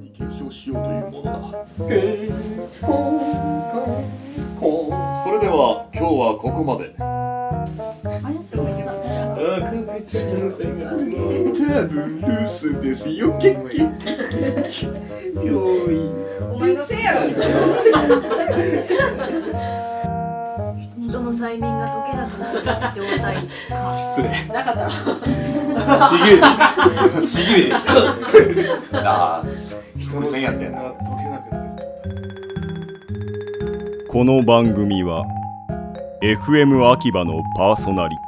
に検証しようというものだそれでは今日はここまでタブルスですよけっけっけよいお前のせいやろ人の催眠が解けなくなる状態か 失礼なかったちぎれああ人のせいやってんなこの番組は FM 秋葉のパーソナリテ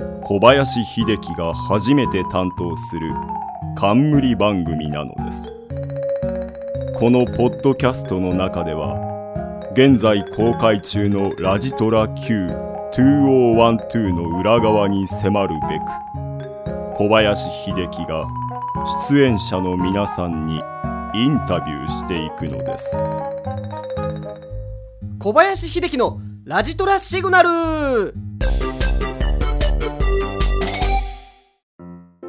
ィ小林秀樹が初めて担当する冠番組なのですこのポッドキャストの中では現在公開中の「ラジトラ Q2012」の裏側に迫るべく小林秀樹が出演者の皆さんにインタビューしていくのです小林秀樹のラジトラシグナル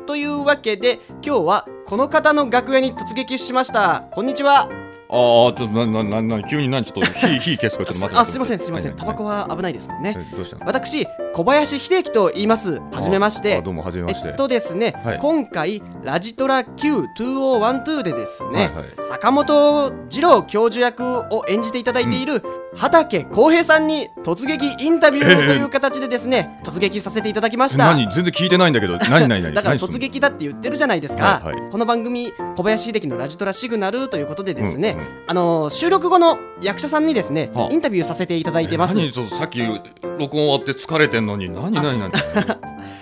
というわけで今日はこの方の楽屋に突撃しましたこんにちはあーあー、ちょっと、な、な、な、な、急に何、ちょっと、火、火消すから、ちょっと待って。ああすいませんすいませんタバコはは危ないですもんねえどうしたの私小林秀樹と言いますはじめましあーてどうも、はじめえまして。っとですね、はい今回ラジトラ Q2012 でですね、はいはい坂本二郎教授役を演じていただいている畑浩平さんに突撃インタビューをという形でですね、突撃させていただきました。何、全然聞いてないんだ けど、何、何、何。だから何すんの突。撃だって言ってるじゃないですか、はいはこの番組小林秀樹のラジトラシグナルということでですね、うんうんあのー収録後の役者さんにですね、はあインタビューさせていただいてます何、ちょっと、さっき、録音終わって、疲れてんのに、何、何、何。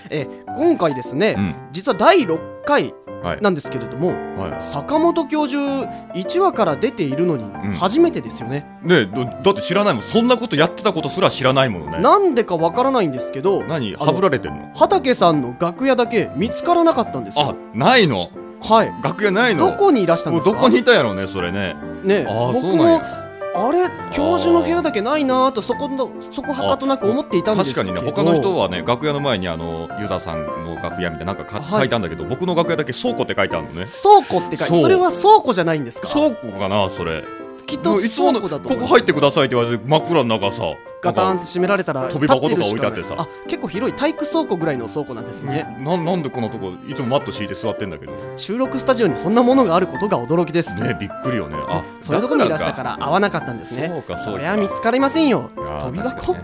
え今回ですね、うん、実は第6回はい。なんですけれども、は坂本教授1話から出ているのんに初めてですよね、い。ねえ、どだって、知らないもん、そんなことやってたことすら知らないものね。なんでかわからないんですけど何、あのはぶられてんの。畑さんの楽屋だけ見つからなかったんですあよ、ないの。はい楽屋ないの。どこにいらしたんもでうすかどこにいたやろうね、それね。ねえああ、僕そうなんもや。あれ教授の部屋だけないなーとそこのそこはかとなく思っていたんです確けかどにね、他の人はね、楽屋の前にあのユーザーさんの楽屋みたいななんかか、はい書いたんだけど、僕の楽屋だけ倉庫って書いてあるのね。倉庫って書いそてうそれは倉庫じゃないんですか倉庫かな、それ。きっともういつも倉の庫だとここ入ってくださいって言われて、真っ暗の中さ、ガタなンっんてか閉められたら飛び箱とか立るし置いてあっなていあ結構広い体育倉庫ぐらいの倉庫なんですね、ななんでこんなとこ、いつもマット敷いて座ってんだけど、ね収録スタジオにそんなものがあることが驚きですびっくりよね。あそういうとこにいらしたからら会わなかったんですねそうか、そうか。そりゃ見つかりませんよいやー飛び箱、確かにね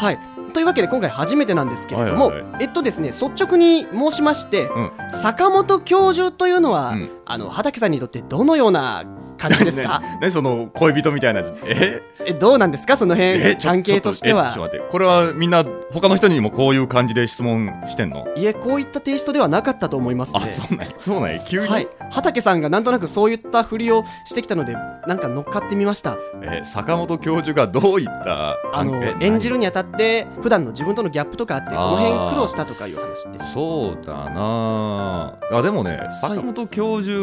はいというわけで今回初めてなんですけれども、はいはいえっとですね率直に申しまして、ん坂本教授というのは、うんあの畑さんにとってどのような感じですか、 ね、その恋人みたいなやつ、ええどうなんですかそのえ辺ちょ関係としてはちょっとえちょっと待って、これはみんな、他の人にもこういう感じで質問してんのいえこういったテイストではなかったと思いますねあ、そうなんや、そうなんや、急に。はい、畑さんがなんとなくそういったふりをしてきたのでなんか乗っかってみましたえー坂本教授がどういったあの演じるにあたって普段の自分とのギャップとかあってこのあー辺苦労したとかいう話ってそうだなああでもね坂本教授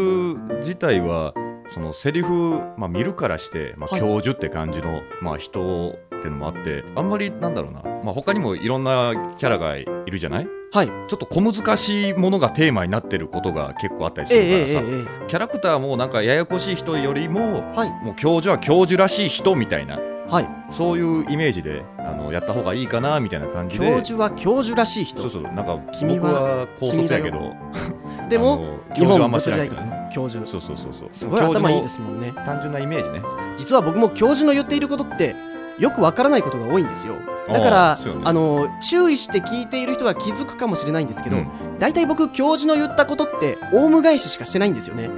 自体は、そのセリフ、まあ、見るからして、まあ、はい教授って感じの、まあ、人ってのもあってあんまりなんだろうな、まあ、他にもいろんなキャラがいるじゃないはいちょっと小難しいものがテーマになってることが結構あったりすええるえからさ、えええキャラクターもなんかややこしい人よりもはいもう教授は教授らしい人みたいなはいそういうイメージであのやった方がいいかなみたいな感じで教授は教授らしい人そうそうなんか君君はは高卒やけどでもあの日教授はあ本んま物知理らん大け学どねの教授そうそうそうそうすごい頭いいですすもんね単純なイメージね実は僕も教授の言っていることってよくわからないことが多いんですよだかあらーあ、そうよねの注意して聞いている人は気づくかもしれないんですけど、うん大体僕教授の言ったことってオウム返ししかしてないんですよね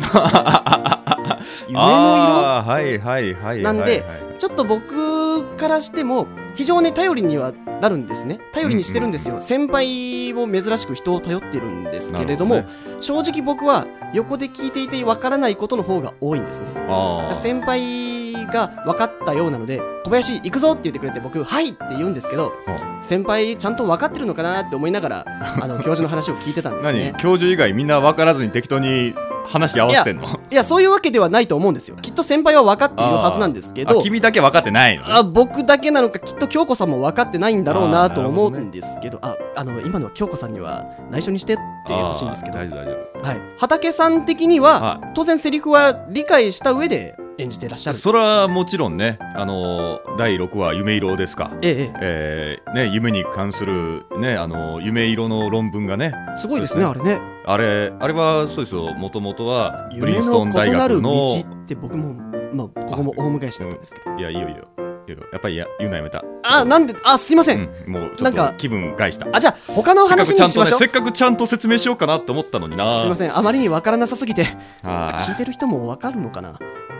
夢のあーはいはいはいはいなんではいはい色ちょっと僕からしても非常に頼りにはなるんですね頼りにしてるんですよ、先輩も珍しく人を頼ってるんですけれどもなるほ正直僕は横で聞いていてわからないことの方が多いんですねあー先輩が分かったようなので「小林行くぞ!」って言ってくれて僕「はい!」って言うんですけど先輩ちゃんと分かってる のかなって思いながらあの教授の話を聞いてたんです何ね。教授以外みんな分からずに適当に話合わせてんのいやそういうわけではないと思うんですよきっと先輩は分かっているはずなんですけどあ君だけ分かってないのねあ僕だけなのかきっと京子さんも分かってないんだろうあなーと思うなるほどねんですけどああの今のは京子さんには内緒にしてってほしいんですけど、あはーい、大丈夫大丈畑さん的には、は当然セリフは理解した上で演じてらっしゃ夫るそれはもちろんねあのー第6話「夢色」ですかええええーね、夢に関する、ね、あの夢色の論文がねえすごいですねそあれねあれあれはそうですよもともとはプリ夢ンスのト異ン大な学のる道って僕もまあここも大昔だったんですけどいやいいよいいよいいよやっぱりや言うのやめた、あなんであすいません、うん、もうちょなっんかと気分害したあじゃあ他の話にしましょうせっかくちゃんとねせっかくちゃんと説明しようかなって思ったのになすいませんあまりに分からなさすぎてあ聞いーてる人も分かるのかな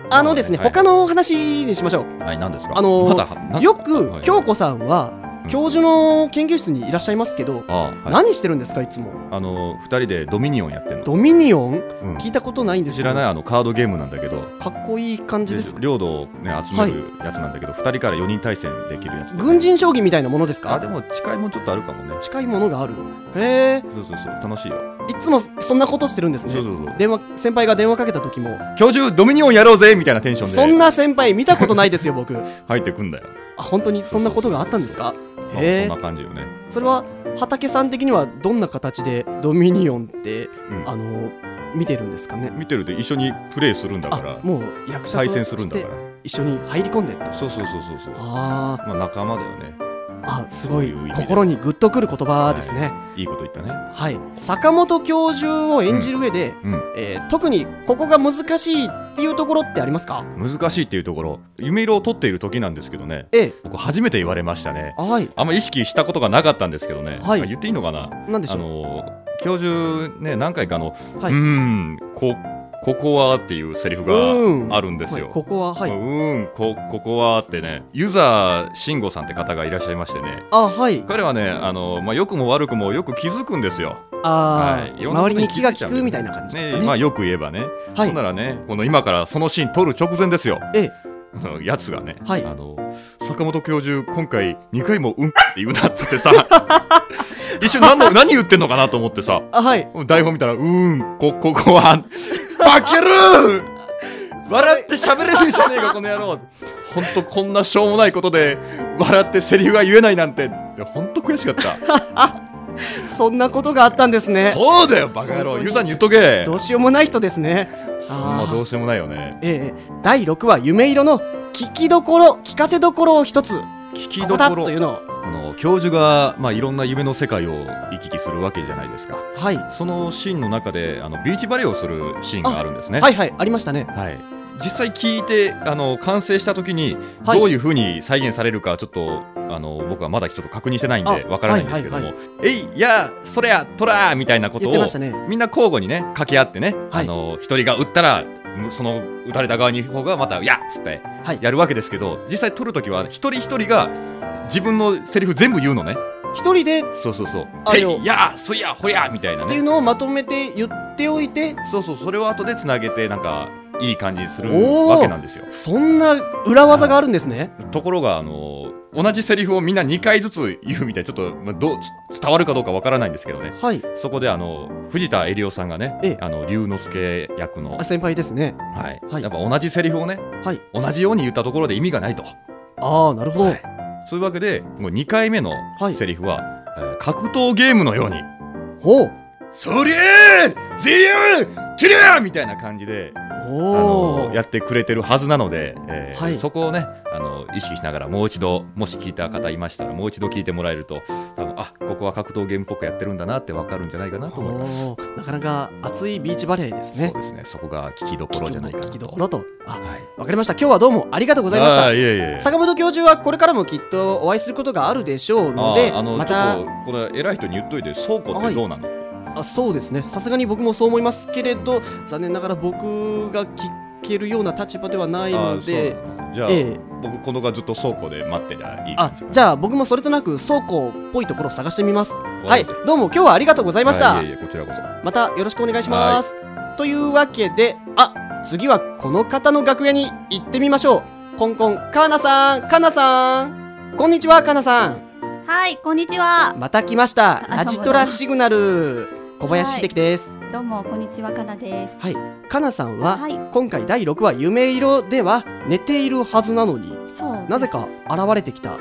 あのですね、はい他の話にしましょうはい何ですかあのーまだなよはくい京子さんはうん教授の研究室にいらっしゃいますけど、あー、はい、何してるんですかいつもあのー二人でドミニオンやってんの、ドミニオンうん聞いたことないんです知けらどないかあのカードゲームなんだけどっこいい感じですか領土を、ね、集めるやつなんだけど、二人から四人対戦できるやつ軍人将棋みたいなものですあかでも近いもんちょっとあるかもね近いものがあるへえそうそうそう楽しいよいつもそんなことしてるんですねそうそうそう電話先輩が電話かけた時も教授ドミニオンやろうぜみたいなテンシそョんンでな先輩見たことないですよ僕あ入ってくんだよ本当にそんなことがあったんですかまあへえそんな感じよねそれは畑さん的にはどんな形でドミニオンってうんあの見てるんですかね見てると一緒にプレイするんだからあもう役者対と戦するんしだてから一緒に入り込んでったそうそうそうそうそうあまあ仲間だよねーあすごいそういう意味で心にグッとくる言葉ですねいいこと言ったねはい、坂本教授を演じる上で、うんうんえー特にここが難しいっていうところってありますか難しいっていうところ夢色を取っている時なんですけどねええ僕初めて言われましたねはいあんま意識したことがなかったんですけどね、はいあ言っていいのかななんでしあょうの教授ね何回かあの、はいーうんこここはっていうセリフうんがあるんですよ、はい、ここははういーんこここはってねユーザー慎吾さんって方がいらっしゃいましてねあはい彼はねあの、まあ、良くも悪くもよく気づくんですよ、あはいー、いろんなこと周りにに気気づがいちゃ利うんだよくみたいな感じですねかねまあ、よく言えばね、はいほんならねこの今からそのシーン撮る直前ですよええあのやつがね、はいあの坂本教授今回2回も「うん」って言うなっつ ってさ一瞬何の何言ってんのかなと思ってさあはい台本見たら「うーんこここはバケる!」笑って喋れるじゃねえかこの野郎ほんとこんなしょうもないことで笑ってセリフが言えないなんていやほんと悔しかったそんなことがあったんですねそうだよバカ野郎ユーザーに言っとけどうしようもない人ですねまああどーうしようもないよねええ第6話「夢色」の聞きどころ聞かせどころを一つ聞きこどこだころというのをこの教授が、まあ、いろんな夢の世界を行き来するわけじゃないですかはいそのシーンの中であのビーチバレーをするシーンがあるんですねはいはいありましたねはい、実際聞いてあの完成した時にはいどういうふうに再現されるかちょっと、あの僕はまだちょっと確認してないんであわからないんですけども「はいえいやーそりゃとら!」みたいなこと言ってをましたねみんな交互にね掛け合ってね、はいあの一人が打ったらむその打たれた側に方がまた「いや!」っつってはいやるわけですけど、実際撮る時は一人一人が自分のセリフ全部言うのね一人でっそうそうそう「あえれをいやーそりゃほりゃ!」みたいなていうねのをまとめて言っておいてそうそうそれを後でつなげてなんかいい感じにするおーわけなんですよ。そんな裏技があるんですねところがあの同じセリフをみんな2回ずつ言うみたいちょっと、まあ、どうつ伝わるかどうかわからないんですけどねはいそこであの藤田エリオさんがね、ええあの龍之介役の、はあ先輩ですねいはいやっぱ同じセリフをね、はい同じように言ったところで意味がないとああなるほど、はいそういうわけでもう2回目のはいセリフは、えー格闘ゲームのようにほう「そりゃー自由キリみたいな感じであおのおやってくれてるはずなので、えーはいそこをねあの意識しながらもう一度もし聞いた方いましたらもう一度聞いてもらえると多分あここは格闘ゲームっぽくやってるんだなってわかるんじゃないかなと思います。おーなかなか熱いビーチバレーですねそうですねそこが聞きどころじゃないかな聞ときどころとあはいわかりました今日はどうもありがとうございましあーたいえいえ坂本教授はこれからもきっとお会いすることがあるでしょうのであーあのまたちょっとこれ偉い人に言っといて倉庫ってどうなの、あそうですねさすがに僕もそう思いますけれど残念ながら僕が聞けるような立場ではないあのーでそうなのじゃあ、ええ僕このがずっと倉庫で待ってりゃいいあ感じじゃあ僕もそれとなく倉庫っぽいところを探してみますわかはりいましたどうも今日はありがとうございました、あいえいえこちらこそまたよろしくお願いしますというわけであ次はこの方の楽屋に行ってみましょうコンコンカーナさんカーナさんこんにちはカーナさんはい、こんにちは。また来ましたあラジトラシグナル小林秀樹です。どうもこんにちはかなです。はい、かなさんは、はい今回第6話「夢色」では寝ているはずなのにそうなぜか現れてきた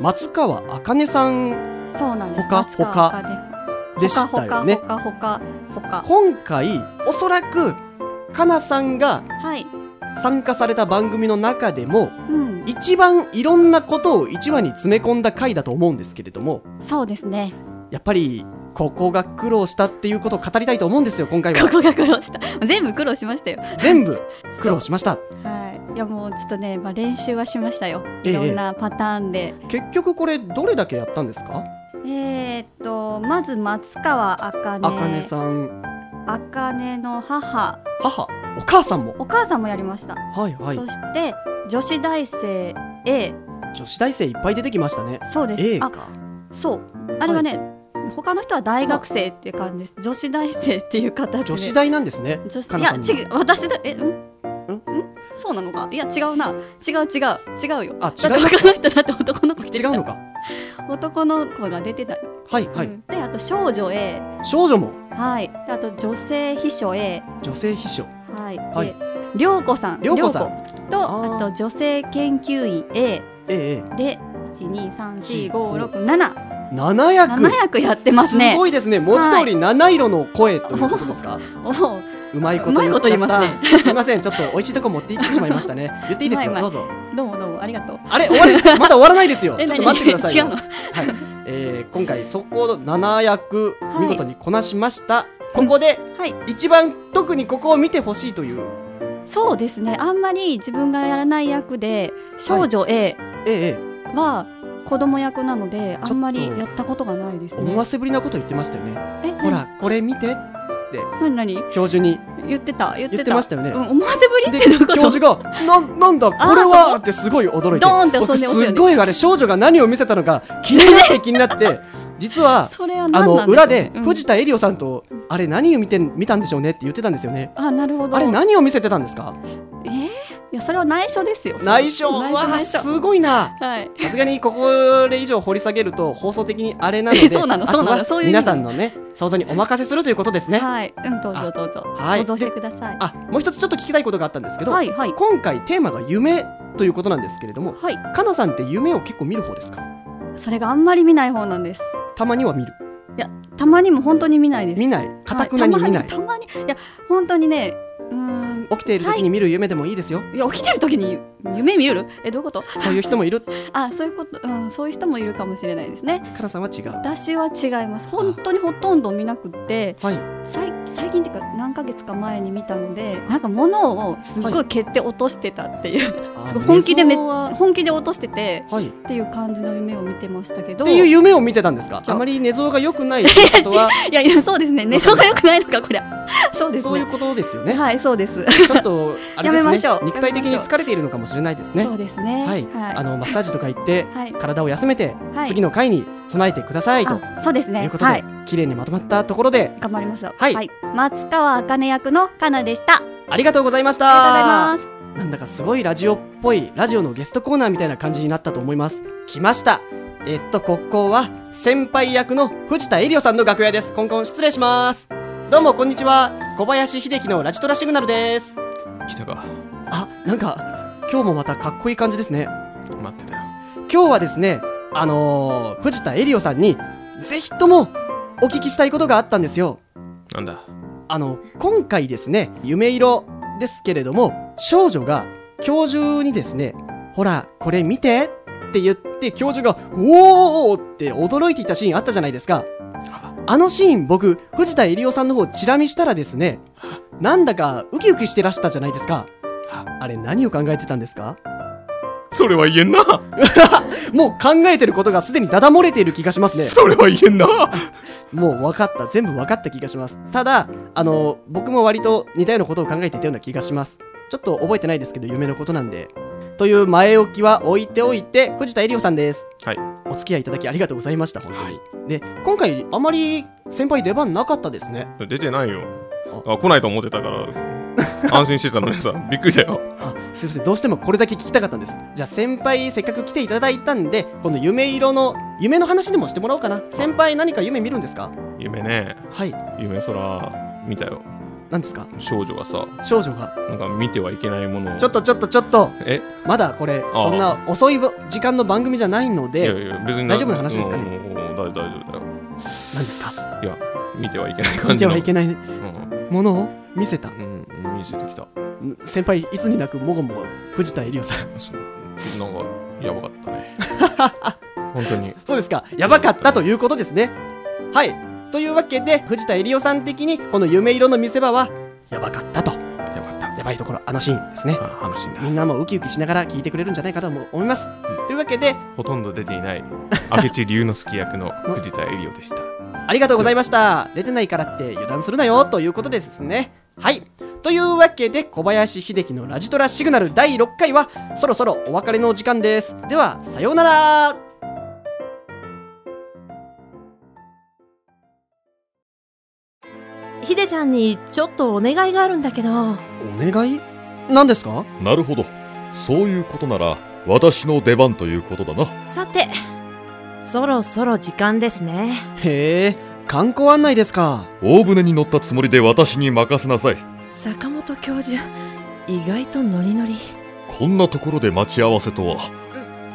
松川茜さんそうなんです。ほか松川ほか茜でしたよねほ。かほかほかほかほ今回おそらくかなさんがか。はい。参加された番組の中でもうん。一番いろんなことを1話に詰め込んだ回だと思うんですけれどもそうですね。やっぱりここが苦労したっていうことを語りたいと思うんですよ今回こはこが苦労した。 全部苦労しましたよ。全部苦労しましたはい。いやもうちょっとね、まあ練習はしましたよ。ええいろんなパターンで。結局これどれだけやったんですかえー、っとまず松川あかね。茜さんあかねの母、母お母さんもお母さんもやりました。はいはいそして女子大生 A。女子大生いっぱい出てきましたねそうです。 A あ、かそう。あれはね、他の人は大学生っていう感じです。女子大生っていう形で。女子大なんですね女子かいなやさんに違う私だえうんんんそうなのかいや違うな違う違う違うよあ違だってう他の人だって男の子出て違たうのか男の子が出てた、はいはい、うんであと少女 A 少女もはいであと女性秘書 A 女性秘書はいではい涼子さん涼子さん涼子とあーあと女性研究員 A ええで1 2 3 4 5 6 7 7役7役やってますねすごいですね文字通り七色の声ということです か、おおうまいこと言っちゃうまったいこと言い すいませんちょっと美味しいとこ持って行ってしまいました ね言っていいですようまいうまいどうぞどうもどうもありがとうあれ終わ りまだ終わらないですよちょっと何 待ってくださいよ違うのはい、えー、今回そこを7役は見い事にこなしました、ここではい一番特にここを見てほしいというそうですねあんまり自分がやらない役で少女 A えええは子供役なのであんまりちょっとやったことがないですえね思わせぶりなこと言ってましたよね、えほらこれ見て何何教授に何言ってた言って言たってましたよねうん、思わせぶりでってどういうこ教と授が「ななんだこれそは!」こってすごい驚いてドーンって襲僕んです押すよっねごいあれ少女が何を見せたのか気になって気にな って実はそれはあ何のなん裏でしょうねで藤田エリオさんと「あれ何を見て見たんでしょうね」って言ってたんですよね。うん、あなるほどあれ何を見せてたんですかえー、いやそれは内緒ですよ内緒内わ緒あ内緒すごいなはいさすがにここで以上掘り下げると放送的にあれなのでえそうなのそうなのあとはそういう意味皆さんのね想像にお任せするということですね、はいうんどうぞどうぞはい想像してくださいあもう一つちょっと聞きたいことがあったんですけど、はいはい今回テーマが夢ということなんですけれどもはいかなさんって夢を結構見る方ですかそれがあんまり見ない方なんですたまには見るたまにも本当に見ないです見ないかたくなに見ない、はい、たまにたまにいや本当にねうーん起きている時に見る夢でもいいですよいや起きてる時に夢見るえどういうことそういう人もいるかあそういうこと、うん、そういう人もいるかもしれないですねなさんは違う私は違います本当にほとんど見なくってはい最最近っていうか何ヶ月か前に見たのでなんか物をすっごい蹴って落としてたっていう、 すごい本気でめあ寝相は本気で落としててはいっっていう感じの夢を見てましたけどていう夢を見てたんですかちょあまり寝相が良く ないということはいやいやそうですね 寝相が良くないのかこりゃそうですねそういうことですよねはいそうです、ちょっとあれやでめますしょねう肉体的に疲れているのかもしれないですねそうですねはい、はいあのマッサージとか行ってはい体を休めて、はい次の回に備えてくださいといあそうですねうことで、はい綺麗にまとまったところで頑張りますよはい松川茜役のかなでしたありありがとうございましがとうございまたすなんだかすごいラジオっぽいラジオのゲストコーナーみたいな感じになったと思います来ましたえっとここは先輩役の藤田エリオさんの楽屋ですコンコン失礼しますどうもこんにちは小林秀樹のラジトラシグナルです来たかあなんか今日もまたかっこいい感じですね待ってたよ今日はですねあのー藤田エリオさんにぜひともお聞きしたいことがあったんですよなんだあの今回ですね夢色ですけれども少女が教授にですねほらこれ見てって言って教授がおーおーって驚いていたシーンあったじゃないですかあのシーン僕藤田エリオさんの方チラ見したらですねなんだかウキウキしてらしたじゃないですかあれ何を考えてたんですかそれは言えんなもう考えてることがすでにダダ漏れている気がしますねそれは 言えんなもう分かった全部分かった気がしますただあの僕も割と似たようなことを考えていたような気がしますちょっと覚えてないですけど夢のことなんでという前置きは置いておいて藤田エリオさんですはいお付き合いいただきありがとうございました本当に、はいで今回あまり先輩出番なかったですね 出てないよあ来ないと思ってたから安心してたのにさびっくりだよすいませんどうしてもこれだけ聞きたかったんですじゃあ先輩せっかく来ていただいたんでこの夢色の夢の話でもしてもらおうかな先輩何か夢見るんですか夢ねはい夢空見たよ何ですか少女がさ少女がなんか見てはいけないものをちょっとちょっとちょっとえまだこれあーそんな遅い時間の番組じゃないのいやでいや別に大丈夫な話ですかねね大丈夫大丈夫だよ何ですかいや見てはいけない見感てじのはいけないうんものを見せたうん見せてきた先輩いつになくもごもご藤田エリオさんそうなんかやばかったね 本当にそうですかやばかったということですねはいというわけで藤田エリオさん的にこの夢色の見せ場はやばかったとやばかったやばいところあのシーンですねあ話になみんなもウキウキしながら聞いてくれるんじゃないかと思います、というわけでほとんど出ていない明智龍之介役の藤田エリオでしたありがとうございました。出てないからって油断するなよということですね。はい。というわけで、小林秀樹のラジトラシグナル第6回は、そろそろお別れのお時間です。では、さようならひでちゃんにちょっとお願いがあるんだけど。お願い何ですかなるほど。そういうことなら、私の出番ということだな。さて、そろそろ時間ですね。へえ、観光案内ですか。大船に乗ったつもりで私に任せなさい。坂本教授、意外とノリノリ。こんなところで待ち合わせとは。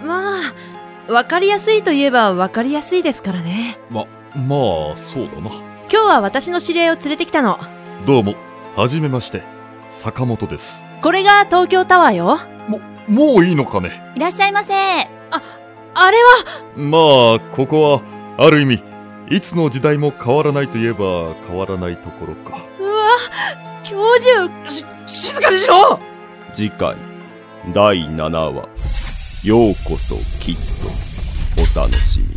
まあ、わかりやすいといえばわかりやすいですからね。ま、まあ、そうだな。今日は私の知り合いを連れてきたの。どうも、はじめまして。坂本です。これが東京タワーよ。も、もういいのかね。いらっしゃいませ。あれは、まあ、ここは、ある意味、いつの時代も変わらないといえば変わらないところか。うわ、教授、し、静かにしろ次回第7話「ようこそきっと」お楽しみに。